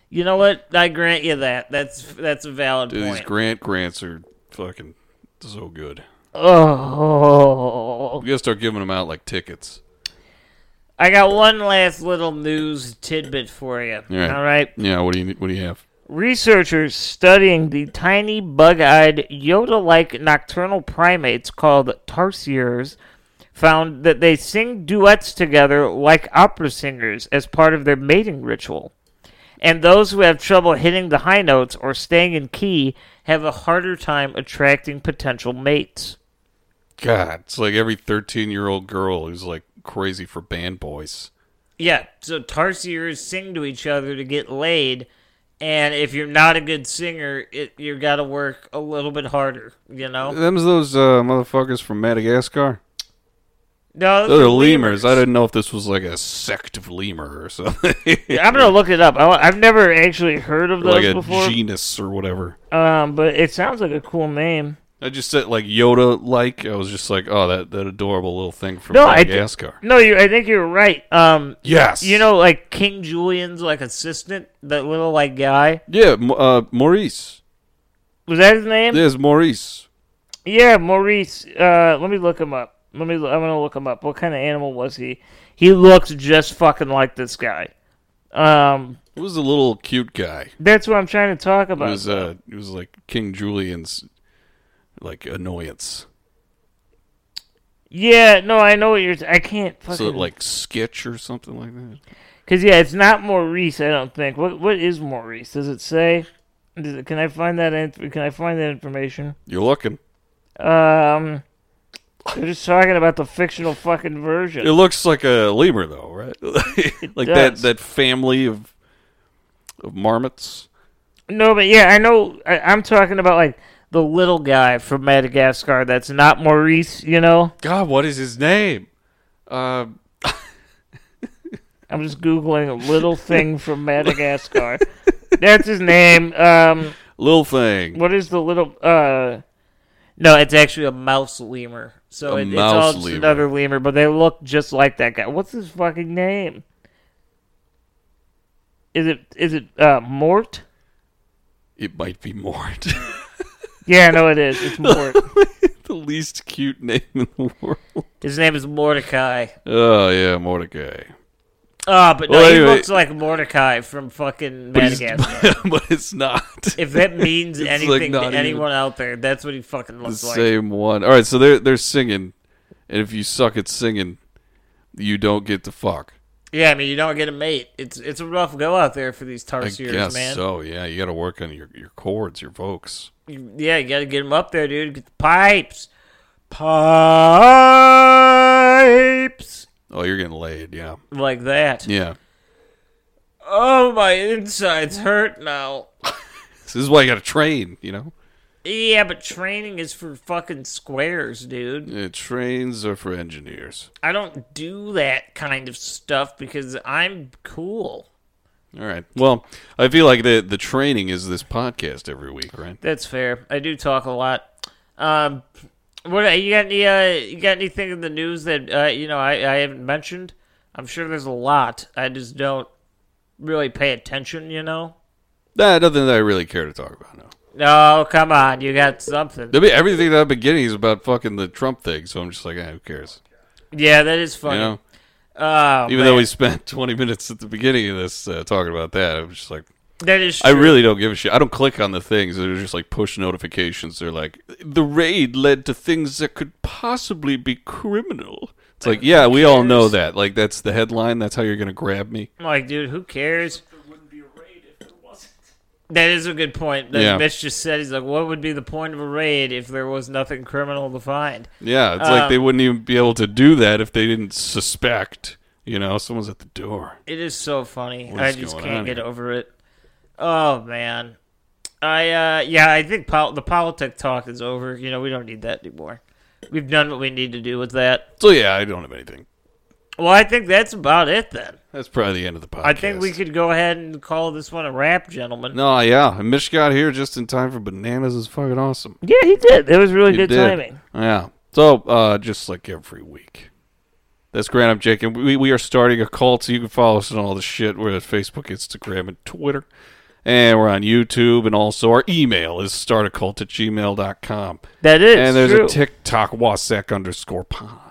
You know what? I grant you that. That's that's a valid
Dude, these
point.
grant grants are fucking so good.
oh,
We gotta start giving them out like tickets.
I got one last little news tidbit for you.
right.
All right.
Yeah, what do you what do you have?
Researchers studying the tiny bug eyed Yoda like nocturnal primates called tarsiers found that they sing duets together like opera singers as part of their mating ritual. And those who have trouble hitting the high notes or staying in key have a harder time attracting potential mates.
God, it's like every thirteen year old girl who's like crazy for band boys.
Yeah, so tarsiers sing to each other to get laid, and if you're not a good singer, it, you got to work a little bit harder, you know?
Them's those uh, motherfuckers from Madagascar.
No,
Those are lemurs. I didn't know if this was like a sect of lemur or something,
I'm gonna look it up. I, have never actually heard of those
like a
before,
genus or whatever.
um, but it sounds like a cool name.
I just said like Yoda like. I was just like, oh, that that adorable little thing from
No, I d-
Madagascar.
No, you. I think you're right. Um,
yes,
you know, like King Julian's like assistant, that little like guy.
Yeah, M- uh, Maurice.
Was that his name? Yeah,
There's Maurice.
Maurice. Uh, let me look him up. Let me. I'm gonna look him up. What kind of animal was he? He looks just fucking like this guy. Um,
It was a little cute guy.
that's what I'm trying to talk
It
about.
was uh, it was like King Julian's like annoyance.
yeah, no, I know what you're. T- I can't fucking
So like sketch or something like that.
Cause yeah, it's not Maurice. I don't think. What what is Maurice? Does it say? Does it, can I find that? In, can I find that information?
You're looking.
Um, they're just talking about the fictional fucking
It
version.
looks like a lemur though, right? like that
does.
that family of of marmots.
No, but yeah, I know. I, I'm talking about like the little guy from Madagascar. That's not Maurice. You know,
God, what is his name? Uh,
I'm just googling a little thing from Madagascar. that's his name. Um,
little thing.
what is the little? Uh, no, it's actually a mouse lemur. So
A
it, it's
mouse
all just
lemur.
another lemur, but they look just like that guy. What's his fucking name? Is it is it uh, Mort?
It might be Mort.
Yeah, no, it is. It's Mort.
the least cute name in the world.
his name is Mordecai.
Oh yeah, Mordecai.
Ah, but no,
Well,
he
anyway-
looks like Mordecai from fucking
But, he's-
Madagascar.
but it's not.
If that means
It's like
anything
not
to
even-
anyone out there, that's what he fucking
the
looks like.
same one. All right, so they're they're singing, and if you suck at singing, you don't get to fuck.
Yeah, I mean, you don't get a mate. It's it's a rough go out there for these
I
tarsiers,
guess
man.
so. Yeah, you got to work on your your chords, your vocals.
You- Yeah, you got to get him up there, dude. Get the pipes. Pipes.
Oh, you're getting laid. Yeah,
Like that.
yeah.
Oh, my insides hurt now.
This is why you got to train. You know,
Yeah, but training is for fucking squares, dude.
Yeah, trains are for engineers.
I don't do that kind of stuff because I'm cool.
All right. Well, I feel like the the training is this podcast every week, right?
That's fair. I do talk a lot. Um, what you got? Any uh, you got anything in the news that uh, you know I, I haven't mentioned? I'm sure there's a lot. I just don't really pay attention. You know?
Nah, nothing that I really care to talk about. No.
No, Oh, come on. You got something.
I mean, everything that I've been getting is about fucking the Trump thing, so I'm just like, eh, who cares?
Yeah, that is
You
funny.
know.
Oh,
Even
man.
though we spent 20 minutes at the beginning of this uh, talking about that, I'm just like,
that is
I
true.
really don't give a shit. I don't click on the things. They're just like push notifications. They're like, the raid led to things that could possibly be criminal. It's like, yeah, we all know that. Like, that's the headline. That's how you're going to grab me.
I'm like, dude, who cares? That is a good point. That
Yeah.
Mitch just said, he's like, what would be the point of a raid if there was nothing criminal to find?
Yeah, it's like they wouldn't even be able to do that if they didn't suspect, you know, someone's at the door.
It is so funny.
What
I
is
just
going
can't
on
get
here?
over it. Oh man, I uh, yeah, I think pol- the politic talk is over. You know, we don't need that anymore. We've done what we need to do with that.
So, yeah, I don't have anything.
Well, I think that's about it then.
That's probably the end of the podcast.
I think we could go ahead and call this one a wrap, gentlemen.
No, yeah. And Mitch got here just in time for bananas is fucking awesome.
Yeah, he did. It was really
You
good
did.
timing.
Yeah. So, uh, just like every week. That's Grant. I'm Jake, and we, we are starting a cult, so you can follow us on all the shit. We're at Facebook, Instagram, and Twitter. And we're on YouTube, and also our email is startacult at gmail.com.
That is
and there's
true.
a TikTok, Wasack underscore pod.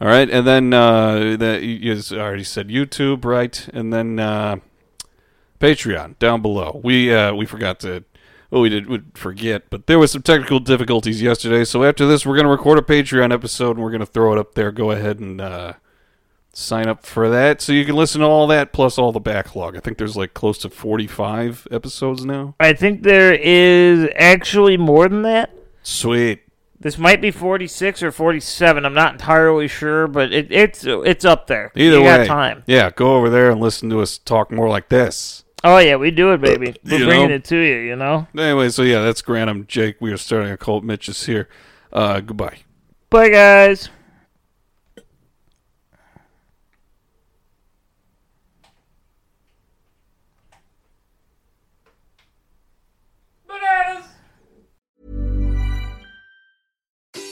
All right. And then, uh, the, you you already said YouTube, right? And then, uh, Patreon down below. We uh, we forgot to well we did would forget, but there was some technical difficulties yesterday. So after this, we're gonna record a Patreon episode and we're gonna throw it up there. Go ahead and uh, sign up for that so you can listen to all that plus all the backlog. I think there's like close to 45 episodes now.
I think there is actually more than that.
Sweet.
This might be 46 or 47. I'm not entirely sure, but it, it's it's up there.
Either
you got
way,
time.
yeah, go over there and listen to us talk more like this.
Oh yeah, we do it, baby. We're
You
bringing
know?
it to you. You know.
Anyway, so yeah, that's Grant. I'm Jake. We are starting a cult. Mitch is here. Uh, goodbye.
Bye, guys.